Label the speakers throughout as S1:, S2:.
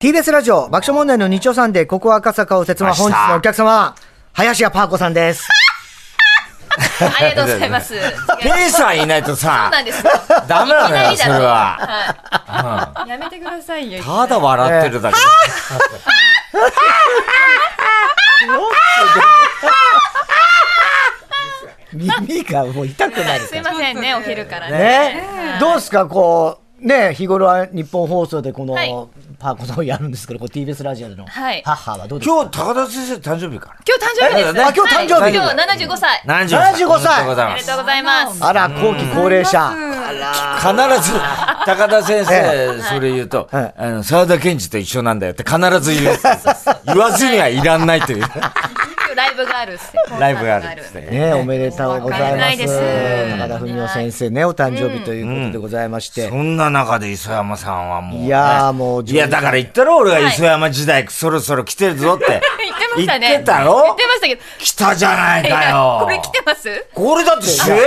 S1: TBS ラジオ爆笑問題の日曜サンデー、ここ赤坂を説明、
S2: 明日
S1: 本日のお客様、林家パー子さんです。
S3: ありがとうございます。
S2: ペイさんいないと
S3: そ
S2: さ
S3: う、なんですよ。
S2: ダメなのよ、
S3: いき
S2: そ
S3: なりだと
S2: れは。
S3: やめてくださいよ。
S2: ただ笑ってるだけ。
S1: 耳がもう痛くなる。
S3: すいませんね、お昼からね。
S1: ね、どうですか、こう、ね、日頃は日本放送でこ
S3: はい
S1: のパーコさんをやるんですけど、こう TBS ラジオでの
S3: はい
S1: 母はどうですか、
S2: 今日、高田先生誕生日か
S3: 今日誕生日です。
S1: あ今日誕生日
S3: はい今日七十五歳。
S2: な。75
S1: 75歳
S2: おめでとうござい
S3: あ
S2: ま
S3: り
S2: す
S3: がとうございます。
S1: あら、後期高齢者。
S2: 必ず、高田先生、それ言うと、
S1: はい
S2: あの、沢田研二と一緒なんだよって必ず言う。言わずにはいらんないという。
S3: 今日ライブがあるっすね。
S2: ライブがあるんですね。
S1: ね、おめでとうござい
S3: わかんな
S1: ま
S3: い
S1: す。
S3: です
S1: 高田文夫先生ね、お誕生日ということでございまして。
S2: そんな中で磯山さんはもう、
S1: いやーもう
S2: いや、だから言ったろ、俺は磯山時代、そろそろ来てるぞって。
S3: 言ってましたね。
S2: 言ってたろ
S3: 言ってましたけど。
S2: 来たじゃないかよ。
S3: これ来てます？
S2: これだって主演映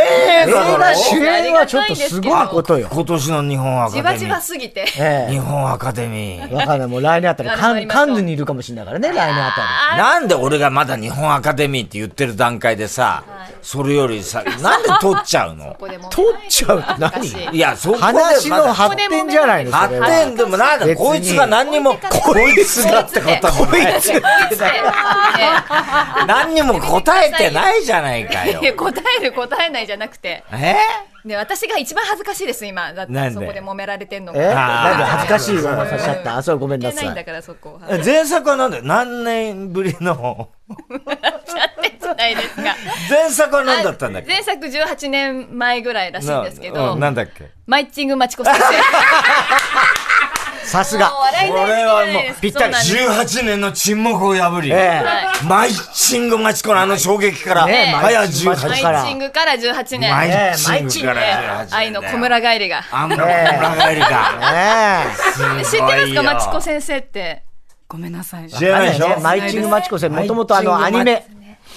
S1: 映
S2: 画だ
S1: 画
S2: ろ
S1: 主演はちょっとすごいことよ。
S2: 今年の日本アカデミ
S3: じ
S2: ー。
S3: わじわすぎて。
S1: え
S2: 日本アカデミ
S1: え
S2: ー。
S1: わかんない。もう来年あたり、
S3: 頑
S1: カ
S3: 張り
S1: ン
S3: ましょ
S1: カ
S3: う
S1: ンヌにいるかもしれないからね、来年あた
S2: なんで俺がまだ日本アカデミーって言ってる段階でさ、それよりさ、なんで撮っちゃうの
S3: ここでもう
S1: り。取っちゃうって何
S3: 恥ずかしい
S2: いや、そこ
S1: り
S2: でまだ
S1: 話の発展じゃないの、それ
S2: 発
S1: は。
S2: 展でもな
S1: 別
S2: んだ、
S1: に
S2: こいつが何にも、こいつがってことはこいつ何にも答えてないじゃないかよ
S3: い。や答える答えないじゃなくて。
S2: え
S3: ね私が一番恥ずかしいです今。だって
S2: なんで
S3: そこで揉められてんの
S1: え
S3: が。
S1: なんで恥ずかしい思いさせちゃった。あ、それごめん
S3: い
S1: な
S3: けないん
S1: さい
S3: だ。からそこ。は
S2: え前作はなんだよ何年ぶりの
S3: ないですが。
S2: 前作は何だったんだっけ
S3: 前作18年前ぐらいらしいんですけ
S2: な
S3: ど
S2: うん、なんだっけ
S3: マイチングマチコ先生。
S1: さす
S3: も
S1: が
S3: う。笑い大好きじゃない
S1: これは
S3: ですか
S1: もうぴったり
S3: そうなんです
S2: 18年の沈黙を破り、
S1: え
S3: は
S2: マイチングマチコのあの衝撃から、
S1: ねえ
S2: 早
S1: マチコ
S2: 18
S1: マ
S3: い
S1: チ
S2: 年
S1: コ
S3: マイチングから18年。
S2: マ
S1: え
S2: イチングから18年
S3: 愛の小村帰りが。
S2: あんな小村帰り
S1: え。
S2: が
S1: ね
S3: 知ってますか、マチコ
S2: ん
S3: 先生って。ごめんなさい。
S2: 知らないでしょ
S1: マイチングマチコ先生、もともとあの、アニメ。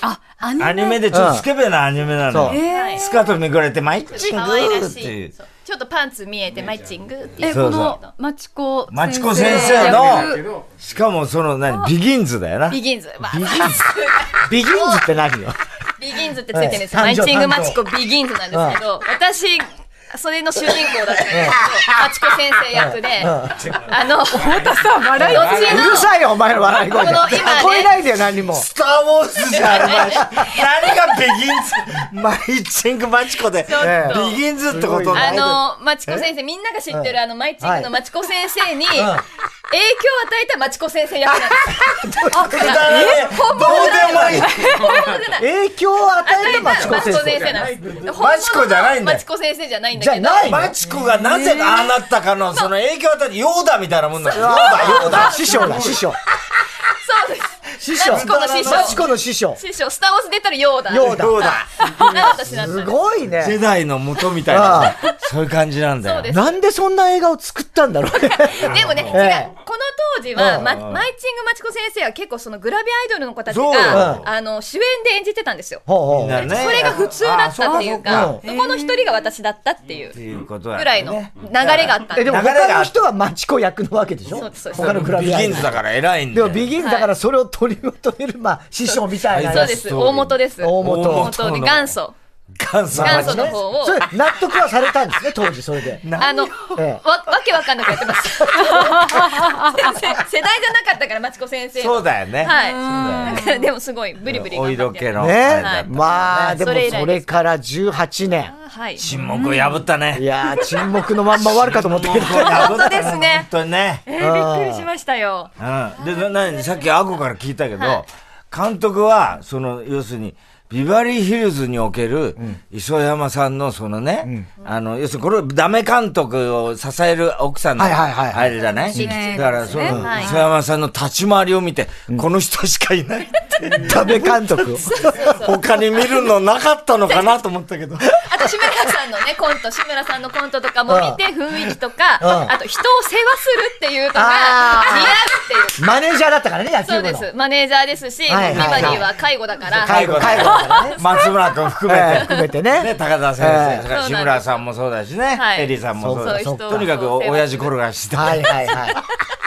S3: あ、アニ
S2: アニメでちょっとスケベなアニメな
S1: う
S2: の
S1: ん
S2: よ、
S3: はい
S2: スカートめくられてマイチング
S3: 可愛ら
S2: っ
S3: してい
S2: いう
S3: そうちょっとパンツ見えてマイチングっていう
S4: え、
S2: そ
S4: こ
S2: うそう
S4: の、マチコ
S2: マチコ先生
S4: 役
S2: のしかもその何ビギンズだよな
S3: ビギンズ、まあ、
S1: ビギンズって何よ。
S3: ビギンズってついてるんですよ、
S1: は
S3: マ
S1: い
S3: イチングマチコビギンズなんですけど、私それの主人公だったんですけど、マチコ先生役で、あの太田さん笑いどっち
S1: う
S3: の
S1: るさいよ、お前の笑い声で。
S3: この今ね
S1: 聞こえないでよ、何にも。
S2: スター・ウォーズじゃあるまいし、何がビギンズ、マ イチングマチコで、
S1: ええ
S2: ビギンズってことない
S3: あの、マチコ先生、みんなが知ってるあの、マイチングのマチコ先生に、影響を与えたマチコ先生役なんです。
S2: えどうでもいい。
S1: 影響を与えたマ
S3: マ
S1: チ
S3: チ
S1: コ
S3: コ
S1: 先
S3: 先
S1: 生。
S3: 生なんです。
S2: マチコじゃないんだよ
S3: マチコ先生じゃないんだ
S1: じ
S3: け
S1: ゃ
S3: ど。
S1: ないの
S2: マチコがなぜああなったかの、その影響を与えて、ヨーダみたいなもんだよ。
S1: そうだ師匠だ、師匠。
S3: そうです。
S1: 師匠。
S3: マチコの師匠
S1: マチコの師匠。
S3: 師匠、スターウォーズ出たらヨーダ。
S1: ヨーダ
S2: ヨーダ。
S3: ダ。私だったん
S1: す
S3: です。
S1: ごい
S2: ジェ
S1: ね。
S2: ダイの元みたいな、そういう感じなんだ
S3: そ
S2: よ
S3: う。です。
S1: なんでそんな映画を作ったんだろうね。
S3: でもね、違う。こ
S1: え
S3: の当時は、まマイチングマチコ先生は結構そのグラビアアイドルの子たち
S2: そうよ
S3: が、あの、主演で演じてたんですよ。
S1: ほうほ
S2: みん
S1: う。
S2: なね
S3: それが普通だったっていう
S1: あ
S3: か
S1: そ、
S3: そこの一人が私だったっていう
S2: っていうことだよね
S3: ぐらいの流れがあったん
S1: え、で
S3: で。
S1: すも他の人はマチコ役のわけでしょ
S3: そうですそうです
S1: 他のグラ
S2: ビ
S1: ビアア
S2: ギ
S1: イ
S2: ン
S1: ド
S2: ズ
S1: ル。
S2: だから偉いんだ
S1: で
S2: よ。
S1: もビギンズだからそれを取りまとめる、まあ、師匠みたいな。
S3: そうです。大元です。
S1: 大元
S3: 大元で元祖。
S2: 元祖
S3: 元祖の方を
S1: そ。れ、納得はされたんですね、当 時、それで。
S3: あの、わ、
S1: え
S3: わけわかんなくやってます。世代じゃなかったから、マチコ先生の。
S2: そうだよね。
S3: はい。だからでもすごい、ブリブリ
S2: お
S3: 頑張
S2: 色
S3: って
S2: 気の。
S1: ね
S3: はい
S1: まあ、でも
S3: それ以来です
S1: それから18年。
S3: はい。
S2: 沈黙を破った
S1: い
S2: ね。
S1: やー、沈黙のまんま終わるかと思ったけど。
S2: 本
S3: 当ですね
S2: 本当にね。
S3: えー、びっくりしましたよ。
S2: うん。で、な、な、さっきアゴから聞いたけど、監督は、その、要するに、ビバリーヒルズにおける、磯山さんの、そのね、あの、要するに、これ、ダメ監督を支える奥さんの、
S1: はいはいはいはい
S2: あれじゃない
S3: 刺激的ですね
S2: だから、その、
S3: はい
S2: 磯山さんの立ち回りを見て、この人しかいない。
S1: ダメ監督。
S2: 他に見るのなかったのかなと思ったけど。
S3: あと、志村さんのね、コント、志村さんのコントとかも見て、雰囲気とか、
S1: うん
S3: あと、人を世話するっていうのが、似
S1: あー
S3: 合うっていう。
S1: マネージャーだったからね、野
S3: そ
S1: 球部
S3: うで
S1: の。
S3: す。マネージャーですし、ビ
S1: は
S3: バ
S1: い
S3: リ
S1: はいはい
S3: ーは介護だから、
S1: 介護、介護だからね。
S2: 松村君含
S1: ええ
S2: めて。
S1: 含めて
S2: ね、
S1: ね。
S2: 高田先
S1: ええ
S2: 生、それから志村さんもそうだしね、
S3: はい
S2: エリーさんもそう
S3: そう
S2: だ
S3: いう
S2: し、
S3: 人を
S2: とにかくお
S3: そう
S2: 親父転がして、
S1: はいはいはい。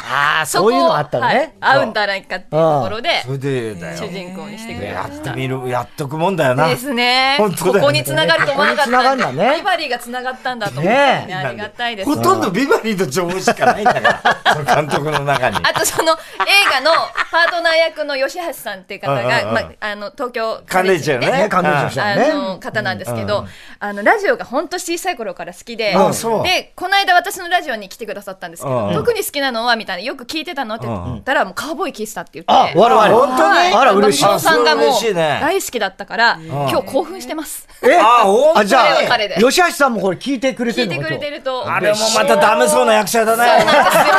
S1: ああ、
S3: そ
S1: そ
S3: こ
S1: ういうのあったのね。
S3: はい合うんだないかっていうところで
S2: それでだよ
S3: 主。人公にしてくれ
S2: や
S3: まし
S2: って
S3: た。
S2: みる、やっとくもんだよな。
S3: ですね。
S2: 本当だよね
S3: ここに繋がると思わなかった
S1: ここに繋がんだね
S3: ビバリーが繋がったんだと思ったんで
S1: ね
S3: ありがたいです。
S2: ほとんどビバリーの情報しかないんだか ら、その監督の中に。
S3: あとその映画のパートナー役の吉橋さんっていう方
S2: うん
S3: が、
S2: うんう
S3: ま
S2: ん
S3: あ、あの、東京
S2: カレッジよね。
S1: ねカレッジの人
S3: あ
S1: ね
S3: の方なんですけど、あのラジオが本当小さい頃から好きで、
S2: あそう
S3: でこの間私のラジオに来てくださったんですけど、
S2: うん
S3: 特に好きなのはみたいなよく聞いてたのって言ったら、もうカウボーイ聞いてたって言って。
S1: あ、わらわら。
S2: あ本当に
S3: はい
S1: あら、嬉しい
S3: 松。本さんがも
S2: あそれ嬉し
S3: う
S2: いね
S3: 大好きだったから、今日興奮してます。
S1: え
S2: あ本当
S1: あ、じゃ
S3: 彼は彼で
S1: あ、吉橋さんもこれ聞いてくれて
S3: 聞い
S1: るの
S3: てくれてると。
S2: あれもまたダメそうな役者だ
S3: そう
S2: ね。
S3: なん ですよ。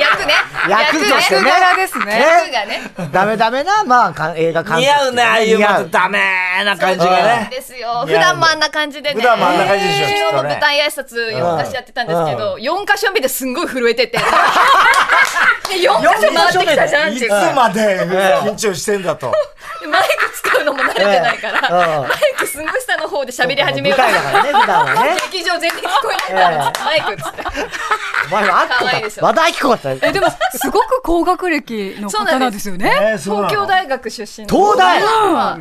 S3: 役ね。
S1: 役としてね
S3: 役柄ですね。役がね。
S1: 今日ダメダメな、まあか、映画監督。
S2: 似合うね、ああいう
S1: 似
S2: ま
S1: 合
S2: たダメな感じが
S3: なん
S2: ね。
S3: ですよ。普段もあんな感じでね。
S2: 普段もあんな感じでしょきっ
S3: 昨
S2: とね
S3: 日も舞台挨拶4箇所やってたんですけど、4箇所目ですんごい震えてて。 で4箇所回ってきたじゃんっ
S2: い
S3: てい
S2: つ
S3: う。マイ
S2: まで緊張してんだと。
S3: ク使うのも慣れてないから、
S1: うん
S3: マイクすんごい下の方で喋り始め
S1: 舞
S3: ようと
S1: 台だからね、普段はね。
S3: 劇場全然聞こえないから、マイクっつって。
S1: お前はあっ
S3: 可愛い
S1: て。
S3: でしたょ
S1: 和田アキ子だったよ。
S4: えでも すごく高学歴の
S3: そう
S4: 方
S3: なん
S4: なん
S3: で
S4: ですすよね。
S3: 東京大学出身
S1: 東大
S3: は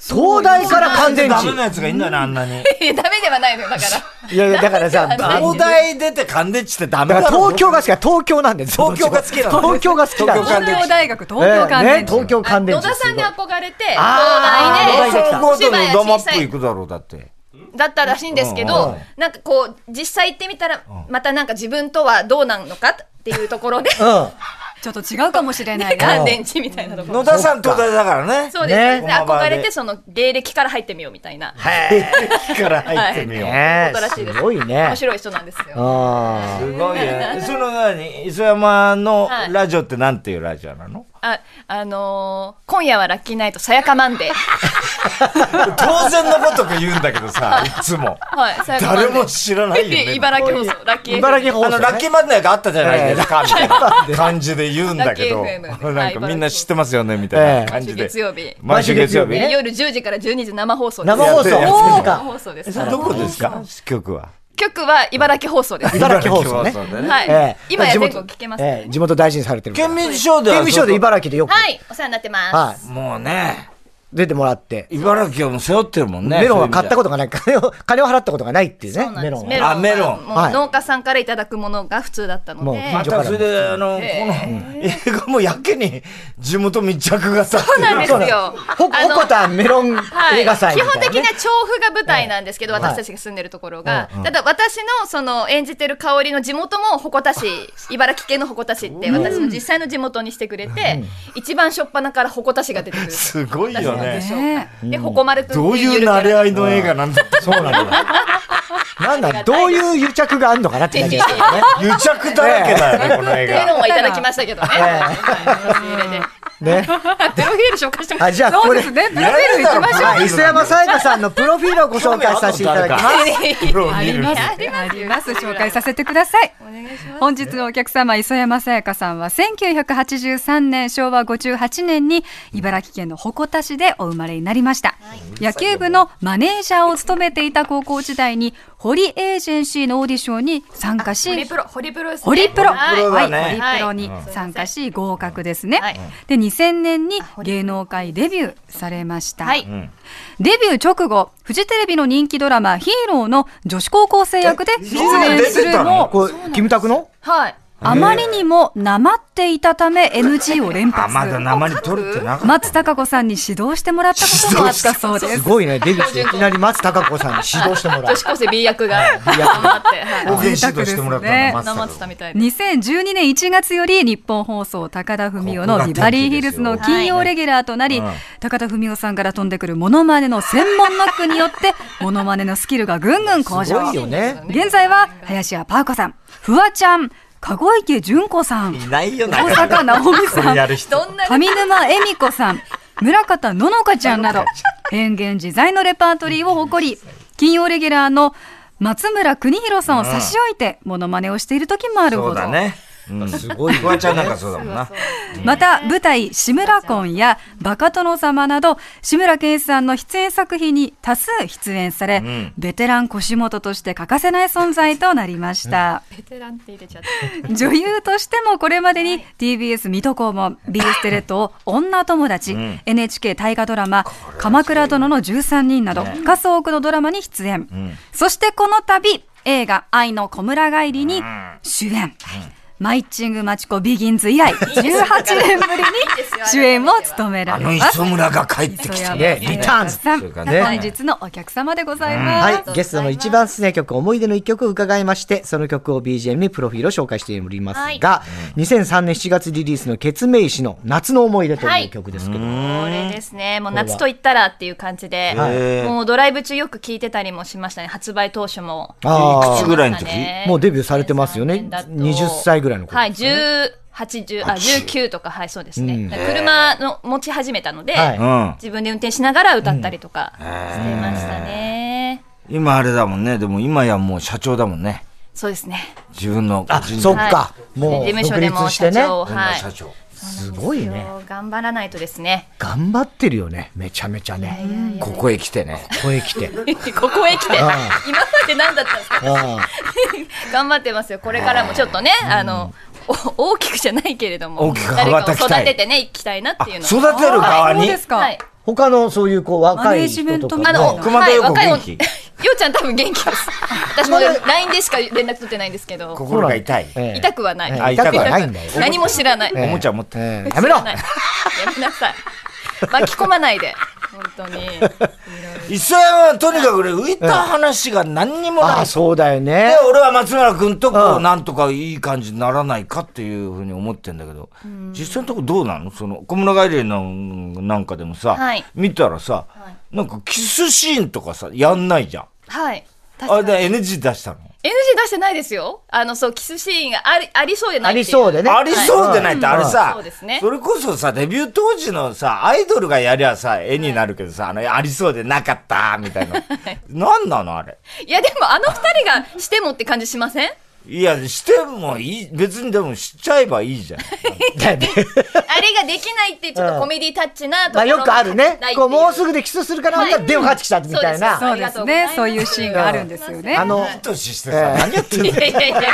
S1: 東大から完全
S2: ダメ
S1: 地。
S2: なやつがいんだよな、あんなに。
S3: いやダメではないのよ、だから。
S1: いやいや、だからさ、
S2: 東大出て乾電池ってダメ
S1: だ
S2: だ
S1: から
S2: ろ
S1: 東。京が好きだ東京なんで
S2: 東京が好きなの
S1: 東京が好きだ
S2: 東
S4: 東京大学、東京関
S1: ね
S4: 連、
S1: 東京関連
S3: 野田さんに
S1: すごい
S3: 憧れて、東
S1: あー
S3: 大
S1: 東京
S3: で、
S2: 東
S1: 大
S2: 京
S1: 学
S2: ごとのドマップ行くだろう、だって。
S3: だったらしいんですけ
S2: うんう
S3: ど
S2: ん、
S3: なんかこう、実際行ってみたら、またなんか自分とはどうなのかっていうところで、
S4: ちょっと違うかもしれないな
S3: 乾。電池みたいなところ。
S2: 野田さん東大だからね。
S3: そうですね。
S2: ね
S3: 憧れて、その芸歴から入ってみようみたいな。
S2: から入ってみよう。
S1: ね
S3: ことらしいです
S1: すごいね
S3: 面白い人なんですよ。
S1: あ
S2: すごいね。その何磯山の
S3: はい
S2: ラジオってなんていうラジオなの
S3: あ、あのー、今夜はラッキーナイト、さやかマンデー。
S2: 当然のごとく言うんだけどさ、いつも。
S3: はい、さやかマンデ
S2: 誰
S3: ー。
S2: も知らないよね。
S3: 茨城放送、ラッキー FM
S1: 茨城放
S2: あの、ラッキーマンデーがあったじゃないですか、みたいな感じで言うんだけど、
S3: ラッキー FM
S2: なんかみんな知ってますよね、みたいな感
S3: 毎週
S2: じで
S3: 月。曜日。
S2: 毎週月曜
S1: 毎週月曜
S2: 日
S1: 日
S3: え
S2: ね。
S1: ね
S3: 夜10時から12時生放送
S1: ー
S3: です。
S1: 生放送
S2: やってる
S1: おー
S3: 生放送です。
S2: それどこですか曲は。
S3: 曲は茨城放送です。
S1: 茨城放送ね
S2: 茨城
S3: は
S1: え
S3: い
S1: え。
S3: 今や
S1: 地
S3: 全
S1: 元
S3: 国聞けます。
S1: ええ地元大事にされてるから
S2: 県民賞では。
S1: 県民賞で茨城でよく
S3: はい、お世話になってます。
S1: はい
S2: もうね、
S1: 出てもらって
S2: 茨城をもう背負ってるもんね。
S1: メロンは買った
S2: こ
S1: ことがない金を 金を払ったことがないっていう
S3: そ
S1: ね
S3: うな
S1: メ
S3: んで
S1: ロ
S3: す。
S1: ン
S3: メ
S1: は
S3: ロンは
S2: あメロン
S3: もう
S1: はい
S3: 農家さんからいただくものが普通だったの
S1: もう
S3: で。
S1: 近
S2: ま
S1: 所
S2: たそれで、あの、この
S3: え、
S2: 映画もやけに地元密着がさ、
S3: そうなんですよ。
S1: ほ
S3: あの
S1: ほこたメロン
S3: はい、
S1: 映画祭
S3: 基
S1: みた
S3: 本的
S1: いな
S3: に
S1: ね
S3: は調布が舞台なんですけど、私たちが住んでるところが、ただ私のその演じてる香りの地元も鉾田市茨城県の鉾田市って私の実際の地元にしてくれて、一番初っ端から鉾田市が出てくる
S2: すごいよね。
S4: ね
S3: で鉾丸くん
S2: どういう
S3: な
S2: 慣れ合いの映画なんだそうなんだ。
S1: なんだどういう癒着があるのかなって感じですけどね
S2: 癒着だらけだよね、この映
S3: メ
S2: 画。
S3: ロンはいただきましたけどね。
S1: ね
S3: プロフィール紹介してもら
S1: あ
S3: って
S1: じゃあ
S4: そ
S1: こ
S4: う
S1: れ
S4: ですね。プロフィール行きましょ
S1: はい磯山さやかさんのプロフィールをご紹介させていただきます
S2: プロ
S4: う。あ
S2: 見
S4: り
S2: る
S4: ます。あります。紹介させてください。本日のお客様、磯山さやかさんは1983年昭和58年に茨城県の鉾田市でお生まれになりました。野球部のマネージャーを務めていた高校時代に、堀エージェンシーのオーディションに参加し、
S3: ホリプロ、ホリプロですね
S4: ホリプロ、
S3: は
S4: はい
S2: ホリプロ
S4: い、ホ
S2: だ
S4: リ
S2: ね
S4: プロに参加し合格ですね
S3: はい。
S4: で、2000年に芸能界デビューされました。
S3: はい。
S4: デビュー直後、フジテレビの人気ドラマヒーローの女子高校生役で出演するも、
S1: こうキムタクの
S3: はい。
S4: あまりにもなまっていたため NG を連
S2: あ、
S4: 発。
S2: まだ生に撮るってなかっ
S4: 松たか子さんに指導してもらったこともあったそうです
S1: す。ごいねデビューしていきなり松たか子さんに指導してもら
S3: 女
S1: う
S3: 子高生 B 役が頑張って、
S2: た。
S3: は
S2: 表現指導してもらったの、
S3: い。
S4: 贅沢
S2: 松
S3: 生
S2: 坂
S3: ってたみたいで。
S4: 2012年1月より日本放送高田文夫のビバリーヒルズの金曜レギュラーとなり、高田文夫さんから飛んでくるモノマネの専門ノックに よって、モノマネのスキルがぐんぐん向
S1: すご
S4: 上
S1: い。よね
S4: 現在は林家パー子さん、フワちゃん、籠池純子さん、
S2: いないよな。
S4: 大坂なおみ
S2: こ
S4: さ
S2: れ
S4: ん、
S2: やる人。
S3: どんな
S4: 上沼恵美子さん、村方乃々佳ちゃんなど、変幻自在のレパートリーを誇り、金曜レギュラーの松村邦弘さんを差し置いて、モノマネをしている時もある
S2: そ
S4: ほ
S2: う
S4: ど
S2: だ。ね。すごい。フワちゃんなんかそうだもんな。
S4: また舞台「志村婚」や「バカ殿様」など志村けんさんの出演作品に多数出演され、
S2: ん
S4: ベテラン腰元として欠かせない存在となりました、
S3: ベテランって入れちゃった。
S4: 女優としてもこれまでに TBS 水戸黄門 BS テレ東「女友達」NHK 大河ドラマ「鎌倉殿の13人」など数多くのドラマに出演、そしてこの度映画「愛の小村帰り」に主演、マイチングマチコビギンズ以来18年ぶりに主演を務めら
S2: あの
S4: れます
S2: 磯村が帰ってき
S4: 磯
S2: て。
S4: 山
S1: ねリターンズ
S4: さん
S2: そうかね
S4: 本日のお客様でございます、
S5: はい、ゲストの一番すね曲、思い出の一曲を伺いまして、その曲を BGM にプロフィールを紹介しておりますが、2003年7月リリースのケツメイシの夏の思い出と
S3: は
S5: いう
S3: い
S5: 曲ですけど、
S3: これですね。もう夏と言ったらっていう感じで、
S2: へー
S3: もうドライブ中よく聞いてたりもしましたね。発売当初も。
S5: あー
S2: いくつぐらいの時
S5: もうデビューされてますよね20歳ぐらいの頃
S3: はい、18、10あ、19とか、はい、そうですね。だから車の持ち始めたので、
S5: はい
S2: うん。
S3: 自分で運転しながら歌ったりとかしてましたね。
S2: 今あれだもんね。でも今やもう社長だもんね。
S3: そうですね。
S2: 自分の個
S5: あ、
S2: 人
S5: そっ
S2: の
S5: か、
S3: はい
S5: もう
S3: 事務所
S5: 独
S3: でも
S5: 立し
S3: 社
S5: てね、
S3: 長を、は
S2: 社
S3: い。
S2: 長。
S5: すごいね、
S3: 頑張らないとですね。
S5: 頑張ってるよね、めちゃめちゃね、
S2: ここへ来てね。
S5: ここへ来て。
S3: ここへ来て、 今まで何だったんですか
S5: あ
S3: 頑張ってますよ。これからもちょっとね、あの、お大きくじゃないけれども、
S2: 大きく羽
S3: 誰
S2: ば
S3: かを
S2: たきたい
S3: 育ててね、いきたいなっていうの
S2: あ育てる側
S4: そう
S2: に
S4: ですか、
S3: はい。
S5: 他のそういうこう若
S4: マネー
S5: い
S4: ジメ
S5: 人
S4: ン
S5: と
S4: ト
S5: か
S4: み
S5: も
S3: あ
S4: たいな
S3: の、
S2: 熊田曜子
S3: はい若い
S2: 元気
S3: ようちゃん多分元気です。私も LINE でしか連絡取ってないんですけど、
S2: 心が痛い。
S5: ええ
S3: 痛くはな
S5: ええ
S3: い。
S5: 痛くはないんだよ。
S3: 何も知らない。
S2: おもちゃ持って。
S5: ええやめろ
S3: 知らないやめなさい。巻き込まないで。本当に。
S2: 磯山はとにかくね浮いた話が何にもな
S5: あ、
S2: い。
S5: そうだよ
S2: で
S5: ね。
S2: 俺は松村君とこ
S5: う
S2: うんなんとかいい感じにならないかっていうふうに思ってんだけど、実際のとこどうなのその小村帰りのなんかでもさ、
S3: はい
S2: 見たらさ、なんかキスシーンとかさやんないじゃん
S3: はい。確
S2: あ
S3: か
S2: れ
S3: に
S2: で NG 出したの
S3: NG 出してないですよ。あの、そう、キスシーンがありありそうで
S5: あ
S3: ないってい
S5: りそうでね。
S2: ありそうでないって、
S5: うん
S2: あれさ、
S3: そうですね
S2: それこそさ、デビュー当時のさ、アイドルがやりゃさ、絵になるけどさ、あの、ありそうでなかった、みたい な。なんなのあれ。
S3: いや、でもあの二人がしてもって感じしません
S2: いや、してもいい、別にでもしちゃえばいいじゃん。
S5: だよね
S3: あれができないって、ちょっとコメディタッチなとこ
S5: まあ
S3: ろ
S5: よくあるね。こうもうす
S3: ぐ。
S5: ぐでキスするからまた電話かかってきたみたいな。
S4: そうですねそういうシーンがあるんですよね
S5: あの、
S2: いい年してさ、何やってんの
S3: いやいやいやいやいや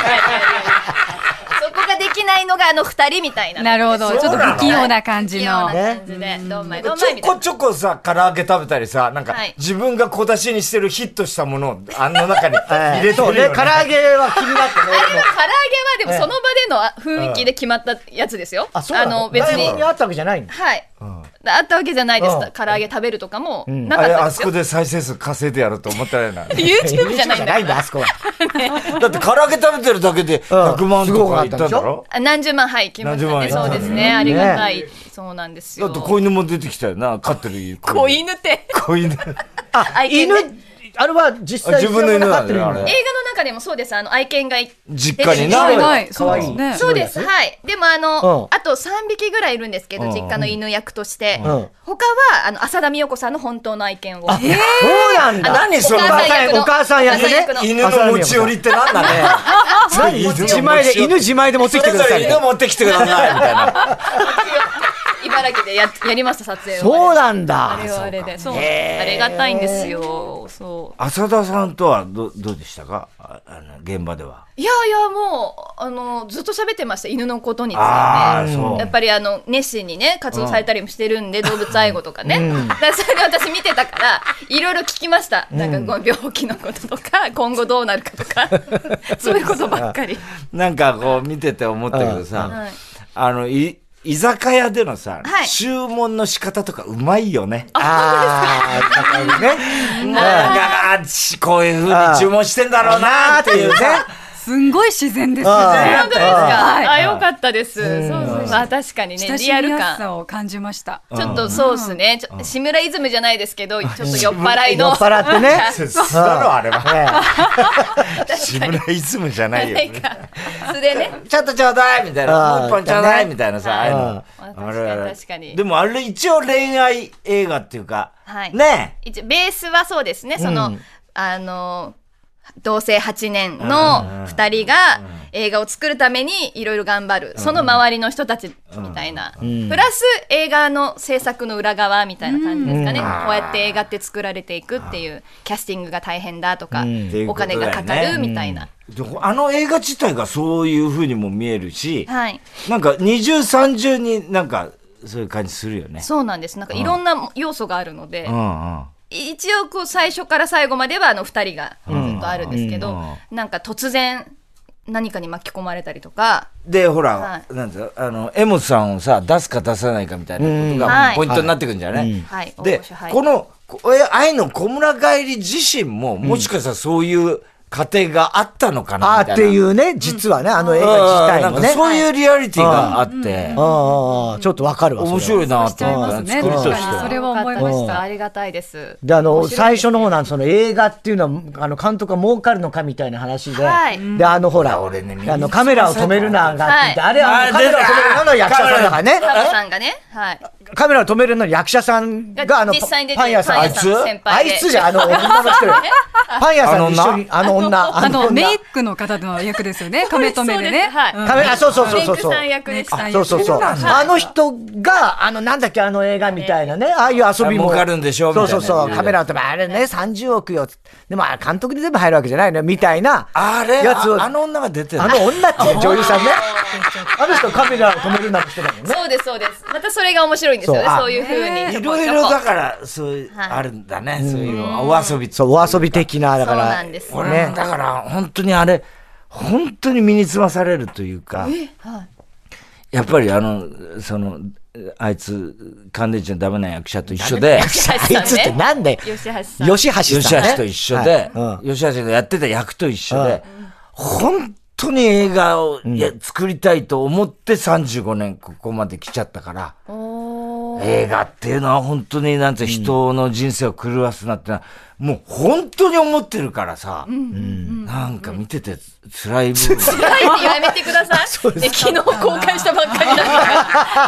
S3: そこができないのがあの二人みたいな。
S4: なるほどちょっと不器用な感じの
S3: 不器用な感じで、どん まいどん
S2: ち
S3: まい
S2: ょ
S3: みたい
S2: こ
S3: な。
S2: ちょこさ、唐揚げ食べたりさ、なんか
S3: はい、
S2: 自分が小出しにしてるヒットしたものを、あの中 に入れて
S5: そう
S2: る
S5: ね。
S2: よ
S5: 唐揚
S2: ね。
S5: げは気になってね。俺も
S3: 唐揚げはでもその場での雰囲気で決まったやつですよ。
S5: あ、そうなの
S3: の、別
S5: 台本
S3: に。
S5: にあったわけじゃないんだ。
S3: はい。あったわけじゃないです。
S5: うん
S3: 唐揚げ食べるとかもなか
S2: あ
S3: っ
S2: れ、
S3: た
S2: あ
S3: です
S2: そ
S3: よ
S2: こ。で再生数稼いでやると思ったらな。
S3: YouTube じゃ ないんだから
S5: んだ、あそこは。
S2: だって唐揚げ食べてるだけで100万とかいったんだろ
S3: あ何十万はい来ま
S2: 何
S3: し
S2: 十
S3: た
S2: 万
S3: ね。
S2: いった
S3: そ
S2: ん
S3: う
S2: だね
S3: ですね。ありがたい。そうなんです
S2: だ
S3: よ。
S2: って子犬も出てきたよな、飼ってる子
S3: 子。犬って。
S2: 子犬。
S3: 愛犬
S5: 犬
S3: ね、
S5: あれは実
S2: あ
S5: 際
S2: 自分の犬
S5: 飼
S2: な
S5: っ
S2: ん
S5: て
S2: だ
S5: る
S2: よ、あ
S5: 犬
S2: れ。
S3: 映画の中でもそうです。あの愛犬がい
S2: 実家に
S3: あ
S2: な。
S3: の
S4: ない
S5: かわいい
S4: そうですね
S3: そうです。
S5: 白い
S3: はい。でもあの、
S5: うん
S3: あと3匹ぐらいいるんですけ
S2: う
S3: ど、
S2: ん
S3: 実家の犬役として。
S5: ん
S3: 他は、あの、浅田美代子さんの本当の愛犬を。あ
S5: そうなん
S3: あの
S5: だ。
S2: 何その
S3: お母さん役の
S5: お母さん役ね
S3: お母さんの
S2: 犬の持ち寄りってなんだね。
S5: 何自前で、犬自前で持ってきてくだ
S2: そ
S5: さ
S2: れ
S5: い
S2: ぞ
S5: ね
S2: れ。犬持ってきてくださ い、みたいな。
S3: 茨城でややりました、撮影を。
S5: そう
S3: あ
S5: なんだ
S3: れ。はあれで。そう。ありがたいんですよ。そう。
S2: 浅田さんとはどどうでしたかああの現場では。
S3: いやいや、もう、あの、ずっと喋ってました。犬のことについて。
S2: ああ、そう
S3: やっ。ぱりあの熱心にね活動されたりもしてるんで、動物愛護とかね、 だからそれで私見てたからいろいろ聞きましたなんかこの病気のこととか今後どうなるかとかそういうことばっかり
S2: なんかこう見てて思ったけどさ、
S3: はい
S2: あの、い、居酒屋でのさ、
S3: はい
S2: 注文の仕方とかうまいよね。
S5: ああ、 だからね。
S2: なんか、あしこういうふうに注文してんだろうなっていうね。
S4: すんごい自然ですね
S5: あ
S3: 本当ですか
S4: はい
S3: あよかったですそうそうまあ確かにね
S4: 親し
S3: リア
S4: み
S3: ル
S4: やす
S3: 感
S4: さを感じました
S3: ちょっとそうですねちょ志村イズムじゃないですけどちょっと酔っ払い
S5: 酔
S3: の
S5: っ払って ね。
S2: すだろ、あれは。
S5: え
S2: 志村イズムじゃないよ、
S3: なん
S2: ね。
S3: か素でね
S2: ちょっとちょうだいみたいな。
S5: あー
S2: もう一本ちょうだい
S5: ね
S2: みたいなさ、ああいうの
S3: 確。
S2: あ
S3: かに
S2: るある
S3: 確かに
S2: でもあれ一応恋愛映画っていうか、
S3: はい
S2: ね
S3: 一応ベースはそうですねその、あの同棲8年の2人が、映画を作るためにいろいろ頑張る、その周りの人たちみたいな、プラス映画の制作の裏側みたいな感じですかね、こうやって映画って作られていくっていうキャスティングが大変だとか、
S2: ん
S3: お金がかかるみたいな、
S2: であの映画自体がそういうふうにも見えるし、
S3: はい
S2: なんか二重三重になんかそういう感じするよね。
S3: そうなんですなんかいろんな要素があるので、
S2: うんうん。
S3: 一応こう最初から最後まではあの2人がずっとあるんですけど、なんか突然何かに巻き込まれたりとか
S2: で、ほら、
S3: はい
S2: なんていうのあの、エモさんをさ、出すか出さないかみたいなこと
S3: は
S2: が
S3: い
S2: ポイントになってくるんじゃない、
S3: はい
S2: で
S3: 応募者、はい
S2: この、こえ愛の小村帰り自身も、もしかしたらそういう過程があったのかな
S1: あ
S2: み
S1: ー
S2: たいな。
S1: っていうね、実はね、あの映
S2: うん
S1: 画自体も
S2: なんか
S1: ね。
S2: そういうリアリティがあって、
S1: ああああ、ちょっとわかるわ。それは
S2: 面白いな
S4: し
S2: と
S4: ちゃい
S2: 思っ
S4: ま
S2: た。
S4: すね
S2: 作り
S4: 確
S2: と
S4: か
S2: して
S4: に
S2: は
S4: それは思いまし
S1: うん
S4: た
S3: ありがたいです。
S1: であの
S3: 面白い
S1: 最初の方なんその映画っていうのはあの監督が儲かるのかみたいな話で、
S3: はい
S1: であのほら、
S2: 俺ね
S1: あのカメラを止めるながって言って、
S3: は
S1: あれあのカ
S2: あ出
S1: メラを
S2: た
S1: 止めるなの役者さんだからね
S3: サムさんがね、はい、
S1: カメラを止めるの役者さんがあの
S3: 実際に出てる
S1: パン屋さん
S3: パ
S1: あ
S3: ン
S1: い
S3: 屋
S1: つ
S3: さんの先
S1: あ
S3: 輩で
S1: いつじゃんあの女の人よパン屋さんと一緒にあの女
S4: あの
S1: 女
S4: メイクの方の役ですよ ね。カメ止めでね。
S3: はい
S4: うん
S1: カメラそうそうそうそうそう
S3: メイクさん役でした。
S4: メイクさん
S1: そうそうそうあの人があのなんだっけあの映画みたいなねああいう遊びも
S2: 儲かるんでしょみたい
S1: そう
S2: な
S1: そうそうカメラを止めあれね30億よでもあれ監督で全部入るわけじゃないねみたいな
S2: あれ
S1: やつを
S2: ああの女が出てる
S1: あの女っていう女優 さんね。あの人カメラを止めるなんて人だもんね。
S3: そうですそうです。またそれが面白いんですよね。
S1: そうあ
S3: そういう風にちょ
S2: い
S3: こ
S2: ろ
S3: ち
S2: い
S3: ょ
S2: ろ
S3: こ
S2: だから、そういう、
S3: はい
S2: あるんだね。そういうお遊び。
S1: そう、お遊び的な、だか
S3: そう
S1: ら。
S3: なんですよ
S2: 俺ね、だから本当にあれ、本当に身につまされるというか、やっぱりあの、その、あいつ、乾電池のダメな役者と一緒で、
S3: 吉橋さんね
S1: あいつってなんだよ。
S3: 吉橋さん。
S1: 吉橋
S2: 吉
S1: さん、ね。
S2: 橋と一緒で、
S1: はいうん
S2: 吉橋がやってた役と一緒で、本当に映画を、いや作りたいと思って35年ここまで来ちゃったから、映画っていうのは本当になんて人の人生を狂わすなってのは、もう本当に思ってるからさ、なんか見てて辛い部分が
S3: はいやめてくださ い。ね昨日公開したばっかりだから、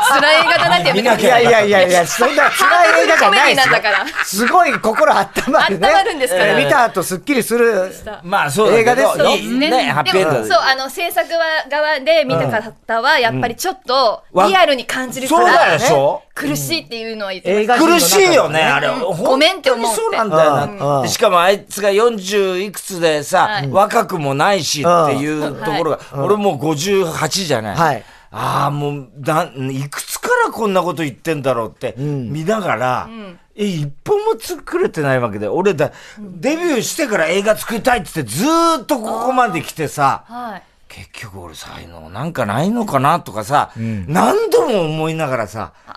S3: 辛い映画だなってやめてくだ
S1: い
S3: さい。
S1: やいやいやいや、そんな辛い映画じゃないです
S3: コメディなんだから
S1: よ。すごい心温まるね。
S3: 温まるんですから
S1: えー見た後すっきりする。
S2: まあそうだけど
S1: 映画ですよ
S2: いいね、ハッピーエ
S3: で
S2: ンド
S3: も
S2: で
S3: そうあの制作側で見た方はやっぱりちょっとリアルに感じるか
S2: そうだよ
S3: ら
S2: でしょ
S3: 苦しいっていうのは言ってま
S1: 映
S3: した
S1: 画
S2: 苦しいよね、あれ。
S3: ごめんって思うって
S2: 本当にそうなんだ
S1: う
S2: よ
S1: んう
S2: な。
S1: ん
S2: でしかもあいつが40いくつでさ
S3: は、い
S2: 若くもないしっていうところが、俺もう58じゃない。
S1: はい
S2: ああ、もうだ、いくつからこんなこと言ってんだろうって見ながら、え、一本も作れてないわけで、俺だ、デビューしてから映画作りたいって言ってずーっとここまで来てさ、
S3: はい
S2: 結局俺才能なんかないのかなとかさ、何度も思いながらさ、こ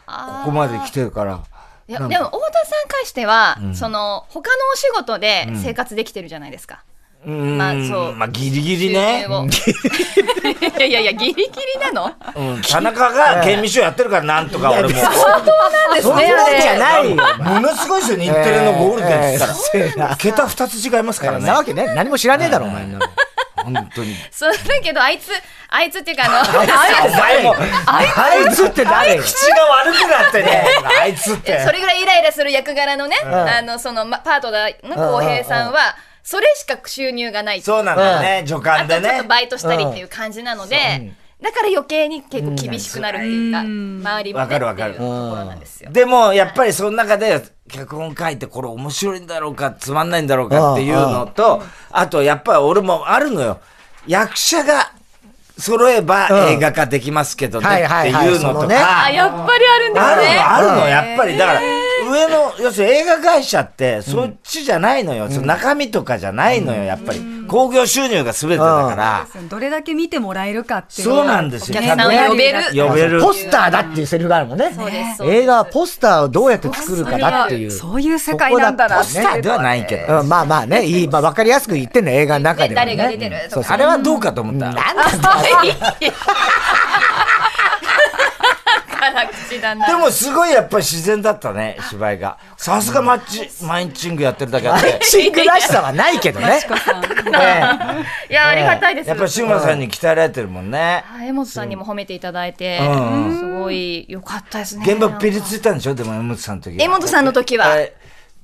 S2: こまで来てるから。
S3: いやでも太田さんに関しては、その他のお仕事で生活できてるじゃないですか、
S2: うん
S3: まあそう
S2: まあギリギリ
S3: 収
S2: ね
S3: 入。を いやいやいやギリギリなの
S2: うん田中が県民賞やってるからなんとか俺も。
S3: そうです
S1: そんな
S3: ね
S1: もんじゃ
S3: あ
S1: ないよ。
S2: ものすごいですよ、日テレのゴールデンって言ったら。
S1: ら。
S2: 桁二つ違いますから
S1: そん
S2: ね
S1: な。わけね。何も知らねえだろ、お前の。
S2: 本当に。
S3: そうだけどあいつあいつっていうかあの
S2: お前も、
S1: あいつって誰よ
S2: 口が悪くなってね、あいつっ
S3: え
S2: て
S3: そ。れぐらいイライラする役柄のね、あのそのまパートナーの浩平さんは、それしか収入がないっていう
S2: そうなんだよね、助
S3: あ
S2: 監で
S3: とちょっ
S2: ね
S3: と。バイトしたりっていう感じなので、だから余計に結構厳しくなるっていうか、周りもね
S2: わかるわかる
S3: っていうところなんですよ。
S2: でも、やっぱりその中で、脚本書いて、これ面白いんだろうか、つまんないんだろうかっていうのと、あと、やっぱり俺もあるのよ。役者が揃えば映画化できますけどね
S1: はい
S2: っ
S1: は
S2: て
S1: いはい
S2: いうの
S1: そ
S2: と
S1: のね
S2: か
S3: あ、。やっぱりあるんで
S2: あ
S3: す
S2: る
S3: ね。
S2: の、あるの、やっぱり。だから、上の、要するに映画会社って、そっちじゃないのよ。その中身とかじゃないのよ、やっぱり。興行収入が全てだから。
S4: どれだけ見てもらえるかっていう。
S2: そうなんですよ
S3: お客さんを呼べる
S2: 呼べる。
S1: ポスターだっていうセリフがあるもんね。
S3: そうですそうです
S1: 映画はポスターをどうやって作るかだっていう。
S4: そういう世界なんだな
S1: こ
S4: っ
S1: こ
S4: て
S1: っ
S2: ポスターではないけど。
S1: うん、まあまあね、いい、まあ、わかりやすく言ってんの、映画の中では、ね。
S3: ね誰が出てるとか
S1: そうそう
S2: あれはどうかと思った。
S3: 辛口だ な。
S2: でもすごいやっぱり自然だったね、芝居が。さすがマッチ、マインチングやってるだけあって。
S1: シンクらしさはないけどね。ね
S3: いや、ありがたいです。
S2: やっぱり志村さんに鍛えられてるもんね。
S3: あ江本さんにも褒めていただいて、すごい良かったですね。
S2: 現場ピリついたんでしょでも、江本さんの時は。
S3: 江本さんの時は
S2: え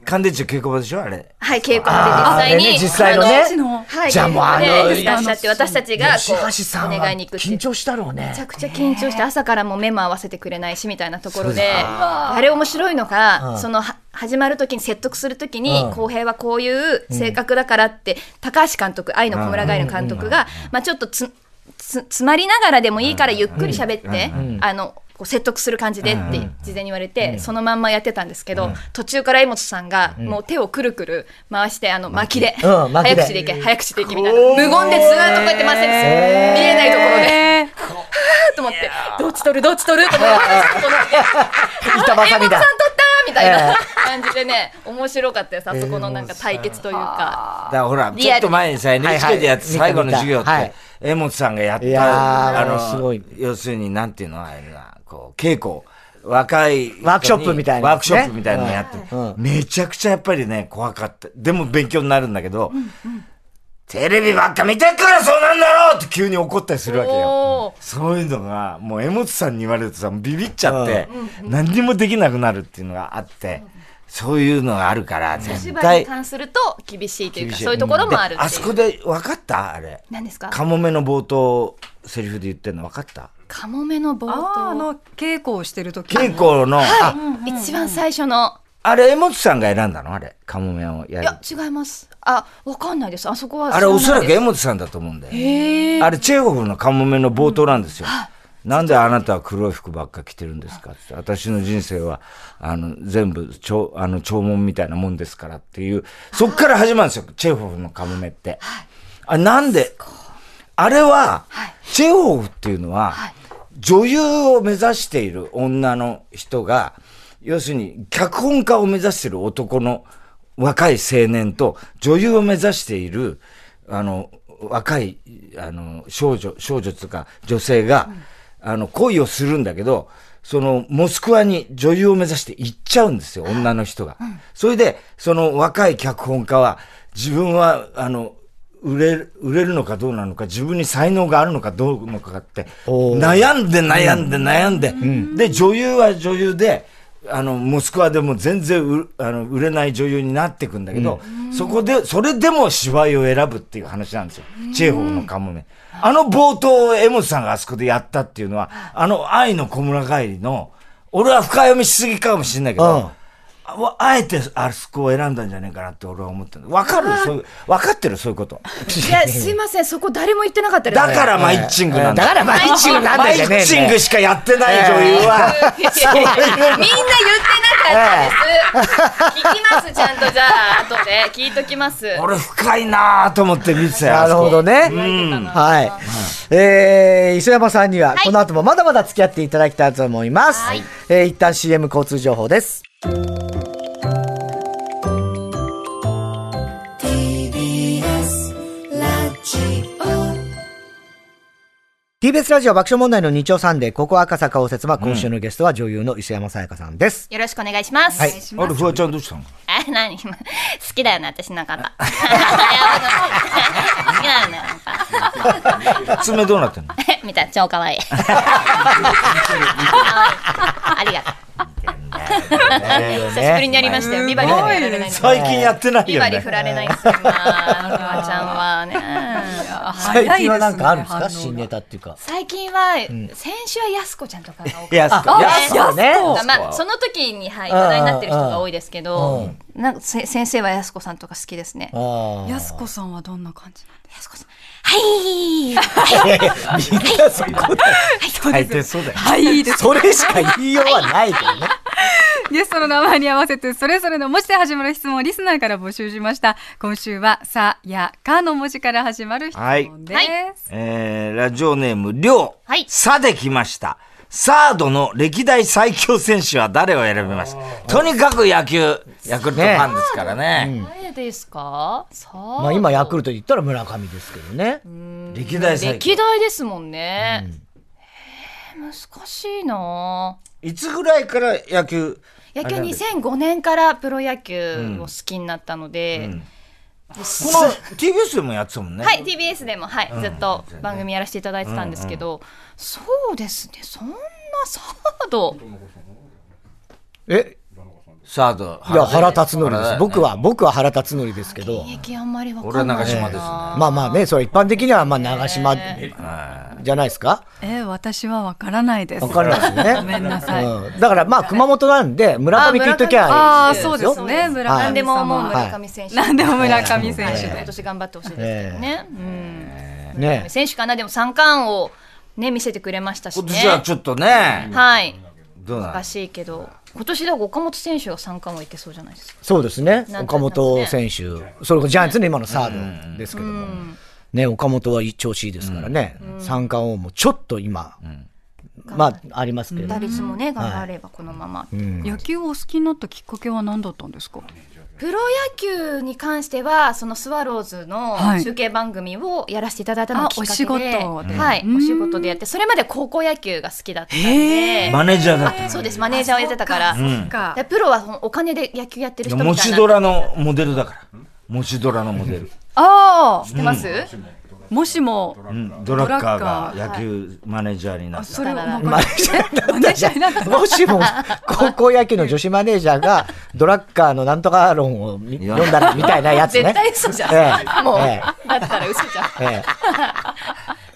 S2: 乾電池稽古場でしょあれ。
S3: はい、稽古で
S1: あれね実
S3: 実
S1: 際
S3: 際
S1: の
S3: に。
S1: ね
S3: あのはい、
S1: じゃあもうあの
S3: 稽古で出しちゃって、私たちがこ
S1: 橋さ
S3: う、
S1: ん
S3: お
S1: は
S3: 願いに行くっていう
S1: 緊張したろうね
S3: めちゃくちゃ緊張して朝からもう目も合わせてくれないしみたいなところであれ面白いのが、そのは始まる時に説得する時に
S1: うん
S3: 浩、平はこういう性格だからって、高橋監督愛の小村ガイの監督が、まあ、ちょっとつつ詰まりながらでもいいからゆっくり喋って、あのこう説得する感じでって事前に言われて、そのまんまやってたんですけど、途中から江本さんがもう手をくるくる回してあの巻きで,、
S1: うん巻き
S3: 早
S1: で
S3: 口でいけ早口でいけみたいな無言でずーっとこうやって回してるんですよ見えないところで。
S4: えー
S3: と思って、どっち取るどっち取ると思って、と思って、
S1: 板挟み
S3: え本さん取っ
S1: だ
S3: たみたいな感じでね、面白かったです。あそこのなんか対決というか。
S2: だからほら、
S3: リアル
S2: ちょっと前にさ、
S1: はい
S2: NHK でやって最後の授業っ
S1: 見た見たはい
S2: て、江本さんがやっ
S1: いやー
S2: た、
S1: すごい
S2: 要するになんていうのあれな、こう、稽古。若い人に。
S1: ワークショップみたいな
S2: ワ
S1: や
S2: ーク
S1: つ
S2: シ
S1: ね
S2: ョップみたいなのやって
S1: うんうん、
S2: めちゃくちゃやっぱりね、怖かった。でも勉強になるんだけど、テレビばっか見てっからそうなんだろうって急に怒ったりするわけよ。
S3: おー
S2: そういうのが、もう江本さんに言われるとさ、ビビっちゃって、何にもできなくなるっていうのがあって、そういうのがあるから、
S3: お
S2: 絶
S3: 芝居
S2: 対
S3: に関すると厳しいというか、そういうところもあるって
S2: で
S3: いう。
S2: あそこで分かったあれ。
S3: 何ですか
S2: カモメの冒頭、セリフで言ってんの分かった
S3: カモメの冒
S4: あーあ
S3: 頭の
S4: の稽古をしてる時
S2: 稽古の、あ
S3: 一番最初の。
S2: あれ江本さんが選んだのあれ。カモメをや
S3: い
S2: る
S3: や。、違います。あ、わかんないです。あそこは。
S2: あれおそらく
S3: 知
S2: 江
S3: ない
S2: 本さんだと思うんだよ。あれチェーホフのカモメの冒頭なんですよ。なんであなたは黒い服ばっか着てるんですかって。私の人生は、あの、全部、長、あの、弔問みたいなもんですからっていう、そっから始まるんですよ。チェーホフのカモメって。あ、なんで、あれは、チェーホフっていうのは、女優を目指している女の人が、要するに、脚本家を目指している男の若い青年と、女優を目指している、あの、若い、あの、少女、少女とか女性が、あの、恋をするんだけど、その、モスクワに女優を目指して行っちゃうんですよ、女の人が。それで、その若い脚本家は、自分は、あの、売れる、売れるのかどうなのか、自分に才能があるのかどうなのかって、悩んで悩んで悩んで、で、女優は女優で、あの、モスクワでも全然売あの売れない女優になっていくんだけど、そこで、それでも芝居を選ぶっていう話なんですよ。チェーホフのカモメ。あの冒頭を江本さんがあそこでやったっていうのは、あの愛の小村帰りの、俺は深読みしすぎかもしれないけど、ああえてあそこを選んだんじゃないかなって俺は思ってる。わかるそういう、わかってるそういうこと。
S3: いや、すいません。そこ誰も言ってなかったです。
S2: だからマイチングなんだ。
S1: だからマイチングなんだじゃねえんだよ
S2: マイチングしかやってない女優は、
S3: いやいやいやみんな言ってなかったです。聞きます、ちゃんとじゃあ、後で聞いときます。
S2: 俺深いなぁと思って見てたよ。
S1: なるほど
S2: ね。
S1: ね。はい。えー、磯山さんには、この後もまだまだ付き合っていただきたいと思います。えー、一旦 CM 交通情報です。TBS ラジオ爆笑問題の日曜サンデー、ここ赤坂応接は、今週のゲストは女優の磯山さやかさんです。
S3: よろしくお願いします。
S1: はい
S2: あれ、フワちゃんどうしたの
S3: あ、なに好きだよね、私のパパ。好きなんだよ、
S2: 爪どうなってんの
S3: パパ。見た、超可愛い。可愛い。ありがとう。久しぶりにやりましたよ。ビバリがやられないんですよ。
S2: 最近やってない
S3: ビ
S2: よ
S3: バリ振
S2: ね。
S3: られないんですよ。まあ、フワちゃんはね。
S1: 最近はなんかあるんですか
S4: 新
S1: 新ネタっていうか。
S3: 最近は、先週はやす子ちゃんとかが多かった
S2: いや、
S1: あ
S2: い
S1: やす子ね
S3: まあまあ、その時に、はい、話題になってる人が多いですけど、なんかせ先生はやす子さんとか好きですね。や
S1: あ
S4: やすこさんはどんな感じなんです
S3: 子さん。はい
S2: や大抵そうだよ。
S4: すかはいです
S1: あ。それしか言いようはないけどね。
S4: ゲストの名前に合わせてそれぞれの文字で始まる質問をリスナーから募集しました今週は「さ」や「か」の文字から始まる質問です、
S3: はい
S2: えー、ラジオネーム、りょう。
S3: はい
S2: さで来ました。サードの歴代最強選手は誰を選びますとにかく野球、ヤクルトファンですからね。
S3: 誰ですかさあ。
S1: まあ今ヤクルトで言ったら村上ですけどね。
S2: 歴代最強。
S3: 歴代ですもんね。えー難しいない
S2: つぐらいから野球
S3: 野
S2: あれ
S3: 球
S2: なんだ
S3: 2005年からプロ野球を好きになったので、
S2: この TBS でもやってたもんね。
S3: はい、TBS でも、はい、ずっと番組やらせていただいてたんですけど、そうですね、そんなサード。
S1: え
S2: サード。
S1: いや、原辰徳です。僕は、僕は原辰徳ですけど。
S3: 現役あんまりわかん
S2: 俺は
S3: ない。
S2: 長島ですね。
S1: まあまあね、それ一般的には、まあ、長島じゃないですか。
S4: えー、私はわからないです。
S1: わかんないですよね。
S4: ごめんなさい。
S1: うん、だから、まあ、熊本なんで、村上聞いとき
S4: あ
S1: ゃ
S4: あ、
S1: いいですよ。
S4: そうですね。村上様。
S3: 何でも思う
S1: はい
S3: 村上選手。
S4: 何でも村上選手
S3: 今
S4: で。
S3: 年頑張ってほしいですけどね。うん
S1: ね。
S3: 選手かなでも三冠をね見せてくれましたし
S2: 今年は
S3: ね。
S2: ちょっとね、
S3: はい。
S2: どう
S3: お
S2: な
S3: かしいけど今年だ岡本選手が三冠はいけそうじゃないですか。
S1: そうですね。
S3: なんと
S1: 岡
S3: なくね
S1: 本選手、それこそジャイアンツの今のサードですけども。ね、岡本は調子いいですからね。三冠王もちょっと今、まあ、ありますけど。
S3: 打率もね頑張ればこのまま。
S4: 野球をお好きになったきっかけは何だったんですか。
S3: プロ野球に関してはそのスワローズの
S4: はい
S3: 中継番組をやらせていただいたの
S4: あ
S3: がきっかけで、
S4: お仕事で
S3: はい、
S4: うん
S3: お仕事でやってそれまで高校野球が好きだったん
S4: へ
S3: で
S2: のマネージャーだった。
S3: あそうですマネージャーをやってたから
S4: そっか
S3: でプロはそのお金で野球やってる人みたい
S2: 持ち
S3: な
S2: ドラのモデルだから。持ちドラのモデル。
S4: あ
S3: 知ってます、
S4: あ、もしも。
S2: うんドラッカーが野球マネージャーになった。
S4: それを
S3: だから
S4: マネージャーマネージャーになった
S1: もしも、高校野球の女子マネージャーが、ドラッカーのなんとか論をみ
S2: いや
S1: 読んだらみたいなやつね。
S3: 絶対嘘じゃん、
S1: ええ
S3: もう、
S1: え
S3: だったら嘘じゃん
S1: えええ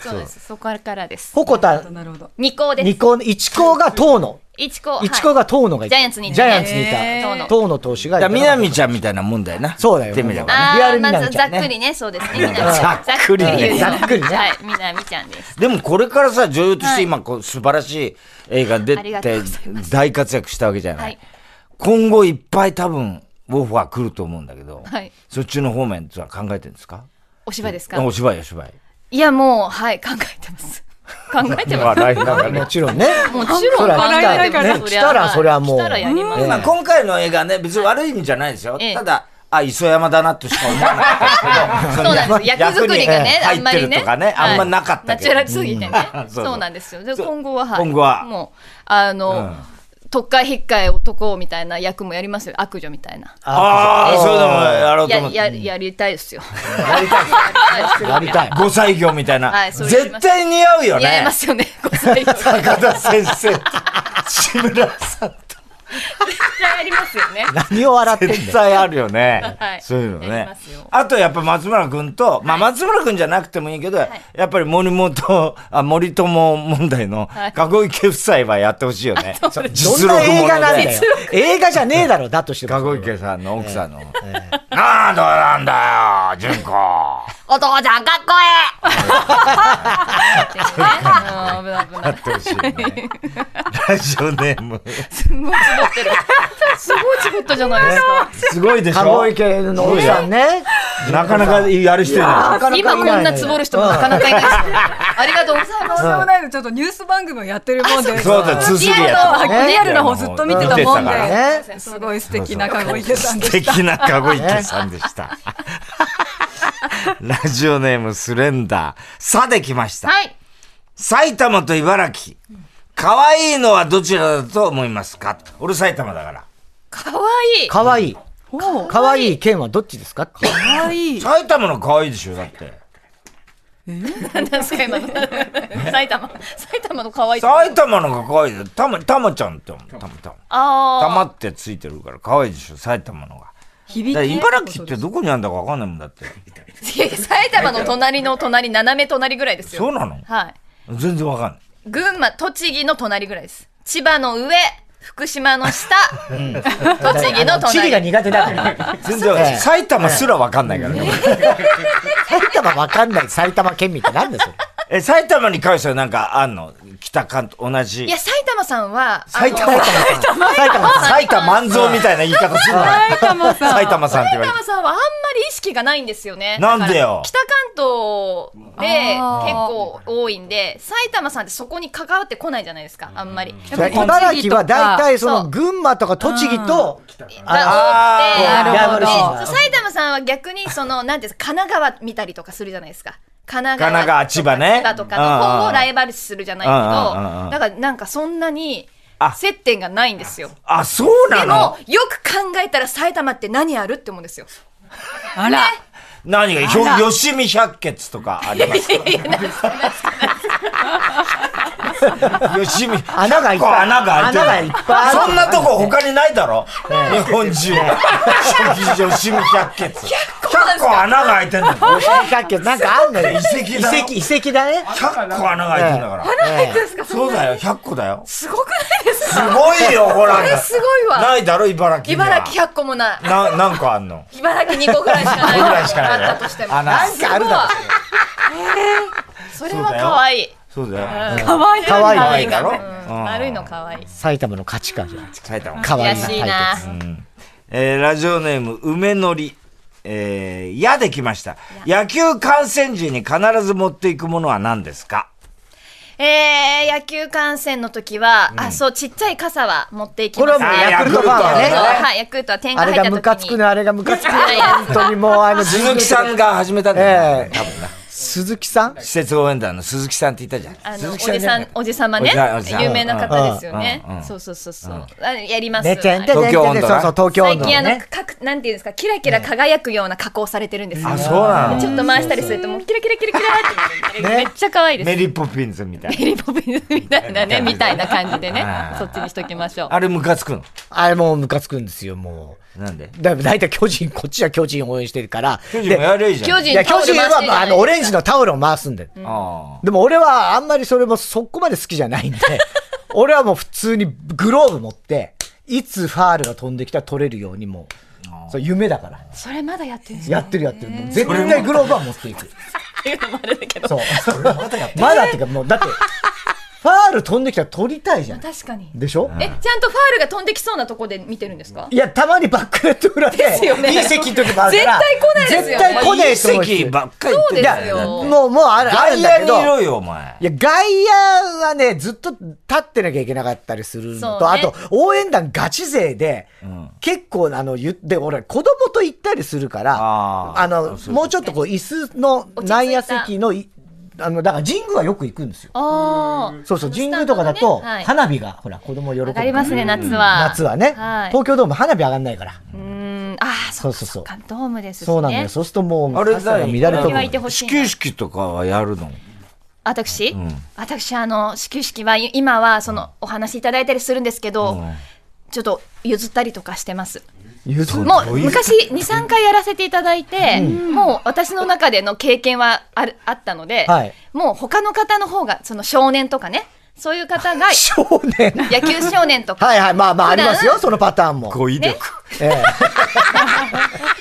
S3: そうですそこからです
S1: ほこた、
S4: なるほど。
S3: 二校です
S1: 二校、一校が遠野。
S3: 一校
S1: 一校が遠野がいた。
S3: ジャイアンツにいた
S1: ジャイアンツにい
S4: へ
S1: た。
S3: ー
S1: 遠野投手がい
S2: だ
S1: た。
S2: から南ちゃんみたいなもんだよな。
S1: そうだよ
S2: 言ってみればね。
S3: あ
S1: リアル
S3: ー
S1: み
S3: ま
S1: な
S3: ず
S1: みちゃ
S3: ざ
S1: ん
S3: っ
S1: ね
S3: くりねそうですねみなみちゃん
S2: ざっくりね
S3: 言うの
S1: ざっくりね
S3: はいみなみちゃんです
S2: でもこれからさ、女優とし
S3: は
S2: て
S3: い
S2: 今こう素晴らしい映画に出
S3: ありがと
S2: て
S3: うござい
S2: 大活躍したわけじゃな
S3: はいい。
S2: 今後いっぱい多分オファー来ると思うんだけど
S3: はい、
S2: そっちの方面は考えてるんですか
S3: お芝居ですか
S2: お芝居お芝居。
S3: いやもうはい考えてます 考えてます
S2: 笑いなが らね
S1: もちろんね。
S3: もちろん
S1: そ
S3: 考
S1: ら
S3: えてます
S1: ね来たらそれはもう
S3: 来たらやります
S2: まあ、今回の映画ね、別に悪い意味じゃないですよ。
S3: ええ
S2: ただ、あ、磯山だなとしか思わなかったですけど。
S3: そうなんです
S2: その
S3: 役作りがねあ
S2: 役
S3: ん
S2: に
S3: ま
S2: 入って
S3: り
S2: る
S3: ね
S2: とかね、あんまなかった
S3: ナ
S2: け
S3: チ
S2: ど。
S3: ュラルすぎてね
S2: うん そうそう
S3: そうなんですよで
S2: そう
S3: 今後ははい
S2: 今後は
S3: もうあ
S2: う
S3: の
S2: ん
S3: 特会引っかえ男みたいな役もやりますよ悪女みたいな
S2: ああ、そういうのもやろうと
S3: や
S2: 思っ
S3: や
S2: て。
S3: やりたいですよ
S1: やりたい。
S2: ご歳魚みたい
S3: は
S2: な。
S3: いそれやり
S2: 絶
S3: ます
S2: 対似合うよ
S3: やり
S2: ね
S3: ま。す よねご最後絶
S2: 高田先生と、志村さんと。
S3: 対やりますよ ね
S1: 何を笑ってんだよ
S2: 絶。対あるよね
S3: はい。
S2: そういうの
S3: やり
S2: ね
S3: ますよ。
S2: あとやっぱ松村君と、まあ松村君じゃなくてもいいけど、やっぱり森本、あ、森友問題の
S3: はい
S2: 籠池夫妻はやってほしいよね。
S1: どんな映画なんだよ
S2: 実力者で。
S1: 映画じゃねえだろ、だとしても。
S2: 籠池さんの奥さんの。なんだなんだよ、純子。
S3: お父ちゃんかっこ
S2: やってほしい
S3: ええうん危ない危ない
S2: よね。ラジオネーム。
S3: すごいちぼってるすごいちぼったじゃないです か
S2: すごいでしょ
S1: 籠池のおじさんね。
S2: なかなかやる人いない。
S1: なかなかいい
S3: 今こんなつぼる人もなかなかいないですよありがとうございます
S4: とんでもないのちょっとニュース番組をやってるもんで。
S2: そうだ、つすりやつ。
S4: リアルな方ずっと見てたもん
S2: 見てたから
S4: で
S1: ね。
S4: すごい素敵な籠池さんで
S2: 素
S4: した。
S2: 敵な籠池さんでした。 ラジオネームスレンダー。さできました。
S3: はい
S2: 埼玉と茨城。可愛いのはどちらだと思いますか俺埼玉だから。
S3: かわいい
S1: かわいい。
S4: おー
S1: かわいい剣はどっちですかって。
S4: 可愛い。
S2: 埼玉の可愛いでしょだって。
S3: 何ですか今の埼玉埼玉の可愛いとこ
S2: 埼玉のが可愛いだよたま、たまちゃんって思う。たま、たま。たま
S3: あ
S2: ってついてるから可愛いでしょ埼玉のが。だから
S4: 響き。
S2: 茨城ってどこにあるんだかわかんないもんだって。
S3: ーいや埼玉の隣の隣斜め隣ぐらいです
S2: そう
S3: よ
S2: なの
S3: はい
S2: 全然わかんない。
S3: 群馬栃木の隣ぐらいです千葉の上福島の下、栃木の隣
S1: 地理が苦手だから。
S2: 全然わかんない。埼玉すらわかんないからね。
S1: 埼玉わかんない埼玉県民ってなんだよそれ。
S2: え、埼玉に関してはなんかあんの北関東、同じ。
S3: いや埼玉さんは あ
S2: 埼
S3: の
S2: 玉さん。
S1: 埼玉さん。
S2: 埼玉万蔵みたいな言い方するな。埼玉さん。埼玉さんって言われ
S3: 埼
S2: て。
S3: 玉さんはあんまり意識がないんですよね。
S2: なんでよ
S3: だから北関東で
S4: あー
S3: 結構多いんで、埼玉さんってそこに関わってこないじゃないですか、あんまり。
S4: ぱり
S1: 茨城は大体その
S3: そう
S1: 群馬とか栃木と、
S3: が多くて、
S1: あーなるほど
S3: でそう埼玉さんは逆にその、なんていうんですか、神奈川見たりとかするじゃないですか。神
S2: 神
S3: 奈
S2: 奈川
S3: 川
S2: 千葉ね
S3: 千葉とか
S2: うんうんうん
S3: の今後ライバル視するじゃないけ
S2: うんうんうんうん
S3: ど、だからなんかそんなに
S2: あ
S3: 接点がないんですよ。
S2: あ、そう
S3: で
S2: な
S3: も
S2: の、
S3: よく考えたら埼玉って何あるって思うんですよ。
S4: あら。
S2: 何が、ひょ、よしみ百穴とかあります。吉見。
S1: 穴がいっぱい
S2: 穴が開いてる。
S1: 穴がいっぱいある
S2: そんなとこ他にないだろ日本中。食事吉見百穴。100個穴が開いてんだよ。
S1: 百穴なんかあんのよ。
S2: 遺跡だよ
S1: 遺跡、遺跡だね。
S2: 100個穴が開いてんだから。
S1: ええ
S2: そうだよ、100個だよ。
S3: すごくないです
S2: す
S3: か
S2: ごいよ、ほら。
S3: これすごいわ
S2: ないだろ、茨城には。
S3: 茨城100個もない
S2: な、何個あんの
S3: 茨城2個ぐらいしかない
S2: ぐらいしかないよ
S3: あったとしても
S2: 穴
S1: なんかあるだ
S3: それは可愛い
S2: そうだよ。
S4: 可愛い。
S1: 可愛い
S3: 可愛い
S2: だ
S3: が
S2: ろ
S3: うん悪いの可愛い
S1: 埼玉の価値観じゃん。
S2: 埼玉。
S1: 可愛い
S3: 悔しいな
S1: 対
S2: えーラジオネーム、梅のり。えー、やできました。野球観戦時に必ず持っていくものは何ですか
S3: えー、野球観戦の時は、あ、そう、ちっちゃい傘は持っていきます。
S1: これはも
S2: うヤクルトファンは
S3: は
S2: ね
S3: はい、ヤクルトは点
S1: あ
S3: が入
S1: れが
S3: った時に。
S1: ムカつくね、あれがムカつくね
S3: いやい。や
S1: 本当にもうあの、
S2: 鈴木さんが始めたんだよ、
S1: え
S2: ね
S1: え
S2: 多分な。
S1: 鈴木さん
S2: 施設応援団の鈴木さんって言ったじゃ
S3: あ
S2: ん。鈴
S3: の、お
S2: 木さん
S3: じ
S2: じゃ
S3: さ
S2: ない
S3: ん、おじさま
S2: お
S3: ね
S2: じさんおじさ、ん
S3: 有名な方ですよね
S2: うんうんうん。
S3: そうそうそうそう、あやります。
S1: ねてんてんてんてん
S2: 東京温度
S1: そ
S2: な
S1: うそう、東京温
S3: 最
S1: 度
S3: 近あ
S1: の
S3: の
S1: ね。
S3: かくなんていうんですかキラキラ輝くような加工されてるんですよ、
S2: あ、そうな
S3: ちょっ
S2: の
S3: と回したりするともうキラキラキラキラって、めっちゃ可愛いです
S2: メリーポピンズみたいな。
S3: メリーポピンズみたい なねみたいな感じでね
S2: あー
S3: そっちにしときましょう
S2: あれムカつくの
S1: あれもうムカつくんですよ、もう。
S2: なんで
S1: だだいたい巨人、こっちは巨人応援してるから。
S2: 巨人もやれいいじゃん。
S3: 巨
S1: い
S3: 人
S1: や、
S3: タ
S1: 巨
S3: オル
S1: 人
S3: 回してるじ
S1: は、
S3: ゃな
S1: あ
S3: いですか
S1: の、オレンジのタオルを回すんだよ。
S2: あ
S1: でも俺はあんまりそれもそこまで好きじゃないん で、俺はもう普通にグローブ持って、いつファールが飛んできたら取れるようにもう、そう夢だから。
S3: それまだやってるんですよ
S1: やってるやってる。もう絶対グローブは持っていく。
S3: っていうのもあれだけど
S1: そう。まだっていうかもう、だって、ファール飛んできたら取りたいじゃん。
S3: 確かに
S1: でしょ
S3: えちゃんとファールが飛んできそうなとこで見てるんですか
S1: いや、たまにバックネット裏で、
S3: すよね
S1: 隕石の時もあるから。
S3: 絶対来ないですよね
S1: 絶対来ねえと
S2: あ。
S1: 思うし
S2: 奇跡ばっかり言って
S3: そう
S2: る
S3: で
S1: い
S3: す
S1: や、
S3: よ
S1: もう、もうある、あるんだ
S2: 外
S1: け
S2: 野
S1: ど。
S2: にいろよ、お前。
S1: いや、外野はね、ずっと立ってなきゃいけなかったりするのと、
S3: そうね
S1: あと、応援団ガチ勢で、結構、あの、言って、俺、子供と行ったりするから、
S2: あー
S1: あの、もうちょっとこう、椅子の
S3: 落ち着いた
S1: 内野席のい、あの、だから神宮はよく行くんですよ。
S3: ああ
S1: そうそう、神宮とかだと、
S3: スタンドのねはい
S1: 花火が、ほら、子供喜ぶから。
S3: 上がりますね夏は
S1: 夏はね、
S3: はい
S1: 東京ドーム花火上がんないから。
S3: うーんああそう
S1: そうそうそう
S3: かドームですしね
S1: そうなんだよ。そうするともう、
S2: あれ
S1: 傘が
S2: だ
S1: 乱れ
S3: る
S1: と
S3: 時
S1: く
S3: は。いてほしい
S2: 始
S3: な
S2: 球式とかはやるの
S3: 私、私あの始球式は今はそのお話しいただいたりするんですけど、ちょっと譲ったりとかしてます
S1: 譲る
S3: もう昔23回やらせていただいて、もう私の中での経験はあるあったので、
S1: はい
S3: もう他の方の方がその少年とかねそういう方が
S1: 少年。
S3: 野球少年とか
S1: はいはい、まあまあありますよ、
S3: 普段
S1: そのパターンも。
S2: 語彙力。
S1: ええ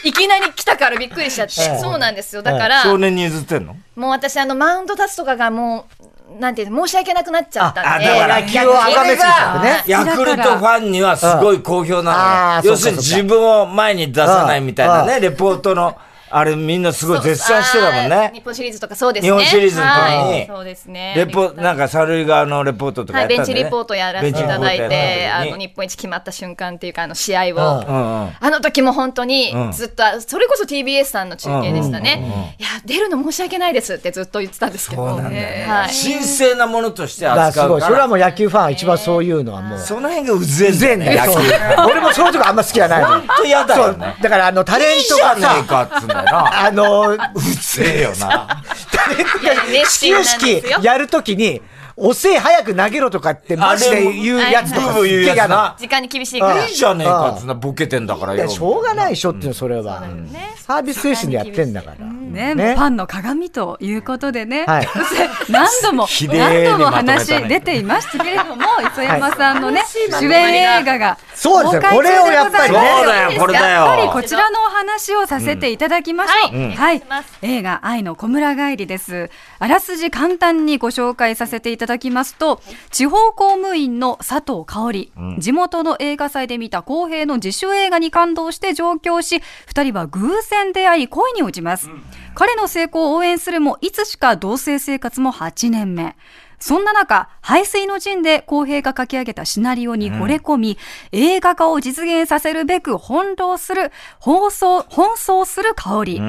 S3: いきなり来たからびっくりしちゃって、
S1: え
S3: そうなんですよだから、
S2: 少年に譲ってんの
S3: もう私あのマウンド立つとかがもうなんていうの申し訳なくなっちゃったんで
S2: あだから
S1: 野球を崇めすぎちゃってね
S3: はい
S2: ヤクルトファンにはすごい好評
S1: うんあ
S2: なの
S1: ー
S2: よ。要するに
S1: そっかそ
S2: 自
S1: っか
S2: 分を前に出さないみたいな
S1: う
S2: ね、レポートの、あれみんなすごい絶賛してたもん
S3: そうあー日
S2: ね。
S3: 本シリーズとかそうですね。
S2: 日本シリーズの時に
S3: はいそうですね。
S2: レポ、なんか三塁側のレポートとか
S3: は
S2: や
S3: い、
S2: ったん
S3: ベン
S2: だよね
S3: チリポートやらせていただ
S2: ベンチリ
S3: い
S2: ポート
S3: て、
S2: やった
S3: あ
S2: 時に
S3: の、日本一決まった瞬間っていうか、あの、試合
S1: うん
S3: を。
S2: うんうん。
S3: あの時も本当に
S2: うん
S3: ずっと、あそれこそ TBS さんの中継でしたね。いや、出るの申し訳ないですってずっと言ってたんですけど。
S2: そうなんだよね
S3: はい。
S2: 神聖なものとして
S1: だからす
S2: 扱
S1: ご
S2: う
S1: い。
S2: か
S1: それは
S2: ら。
S1: もう野球ファンは一番そういうのはもう。
S2: その辺がうぜえんだよ
S1: 全
S2: ね。
S1: ね
S2: 野球。
S1: そう
S2: 本
S1: 俺もそういうとこあんま好きじゃないの。
S2: 当嫌だ
S1: そ
S2: よ
S1: う
S2: ね。。
S1: だからあの、タレン
S2: いい
S1: ト
S2: じ
S1: が
S2: ゃねえ
S1: さ、
S2: かっつうんだよな。
S1: あの、
S2: うぜえよな。
S3: いや熱
S1: 始球
S3: 心なんですよ
S1: 式やるときに、おせえ早く投げろとかってマジで言うやつと
S2: ブー
S1: か
S2: ブー言うやつな。
S3: 時間に厳しいから。
S2: いいじゃねえかっつうんだ、ボケてんだから
S1: い
S2: よ。
S1: やしょうがないでしょっていうのそれは。サービス精神でやってんだから。
S4: ね、
S1: ね
S4: ファンの鏡ということでね、
S1: はい
S4: 何度も
S2: ひでえ
S4: 何
S2: に
S4: 度も
S2: まとめたね
S4: 話出ていましたけれども、磯山さんのね、主演映画が
S1: そうですよ
S4: 公開中で
S1: これをや
S4: ございます
S1: っぱりね
S2: そうだよこれだよ
S4: やっぱりこちらのお話をさせていただきましょう。
S3: うん
S4: はい
S3: 願いします、
S4: 映画愛の小村帰りです。あらすじ簡単にご紹介させていただきますと、地方公務員の佐藤香織、地元の映画祭で見た公平の自主映画に感動して上京し、二人は偶然出会い恋に落ちます。彼の成功を応援するも、いつしか同棲生活も8年目。そんな中、排水の陣で公平が書き上げたシナリオに惚れ込み、映画化を実現させるべく翻弄する、放送、奔走する香り。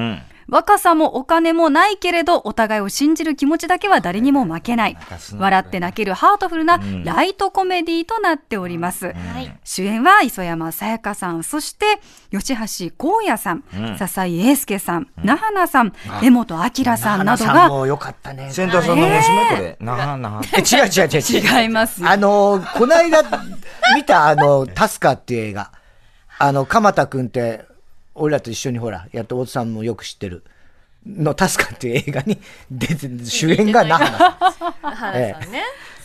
S4: 若さもお金もないけれど、お互いを信じる気持ちだけは誰にも負けない。笑って泣けるハートフルなライトコメディとなっております。うん、主演は磯山さやかさん、そして吉橋光也さん、笹井英介さん、那覇奈さん、江本明さんなどが。
S1: もよかったね。
S2: センタさんの娘これ。那覇那
S1: 覇。違う違う
S4: 違う。違います。
S1: あの、この間見たあの、タスカっていう映画。あの、鎌田君って、俺らと一緒にほら、やっと大津さんもよく知ってる。のタスカっていう映画に 出て主演が那
S3: 覇さん。ええ、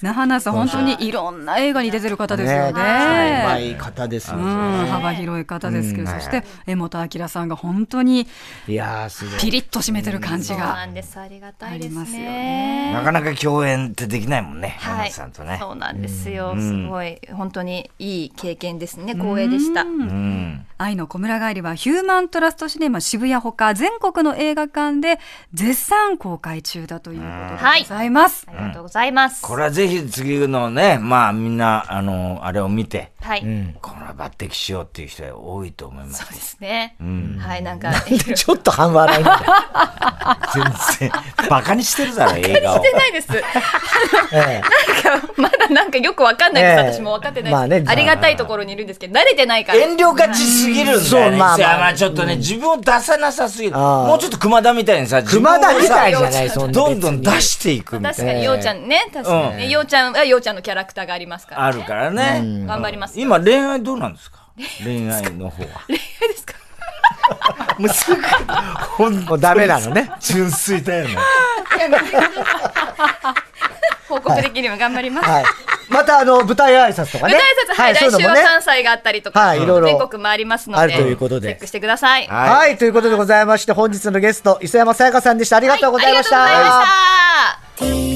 S4: 那覇那さん、本当にいろんな映画に出てる方ですよね。ね
S1: うまい方ですよ、ね、
S4: 幅広い方ですけど、そして江本明さんが本当に
S1: いやすごい
S4: ピリッと締めてる感じが
S3: ありますよね。
S2: なかなか共演ってできないもんね、
S3: はい、さんとね。そうなんですよ、すごい、本当にいい経験ですね、光栄でした。
S4: 愛の小村帰りはヒューマントラストシネマ渋谷ほか全国の映画館で絶賛公開中だということでございます。
S3: はい、ありがとうございます。
S2: これはぜひ次のね、まあみんな、あの、あれを見て、
S3: はい、うん、
S2: これは抜擢しようっていう人が多いと思います。
S3: そうですね。うん、はい、なんか。
S1: ちょっと半笑いみたい。
S2: 全然、 バカにしてるだろ、映画
S3: を。してないです。なんか、まだなんかよくわかんないです。私も分かってないまあね、ありがたいところにいるんですけど、慣れてないか ら。
S2: 遠慮がちすぎるんだよね。まあまあ、ちょっとね、自分を出さなさすぎる。もうちょっと熊田みたいにさ、
S1: 熊田みたいじゃない、そ
S2: んどんどん出していくみたいな。
S3: 確かに、ようちゃんね、確かに。ようちゃんはようちゃんのキャラクターがありますから
S2: あるからね。
S3: 頑張ります。
S2: 今、恋愛どうなんですか恋愛の方 は。
S3: 恋愛ですか
S2: もうすぐ、
S1: ほんとダメなのね。
S2: 純粋だよね。
S3: 報告できるよう頑張ります。
S1: またあの舞台挨拶とかね。
S3: 舞台挨拶はい、来週は関西があったりとか、全国回りますので、
S1: チェ
S3: ックしてください。
S1: はい、ということでございまして、本日のゲスト、磯山さやかさんでした。ありがとうございました。
S3: ありがとうございました。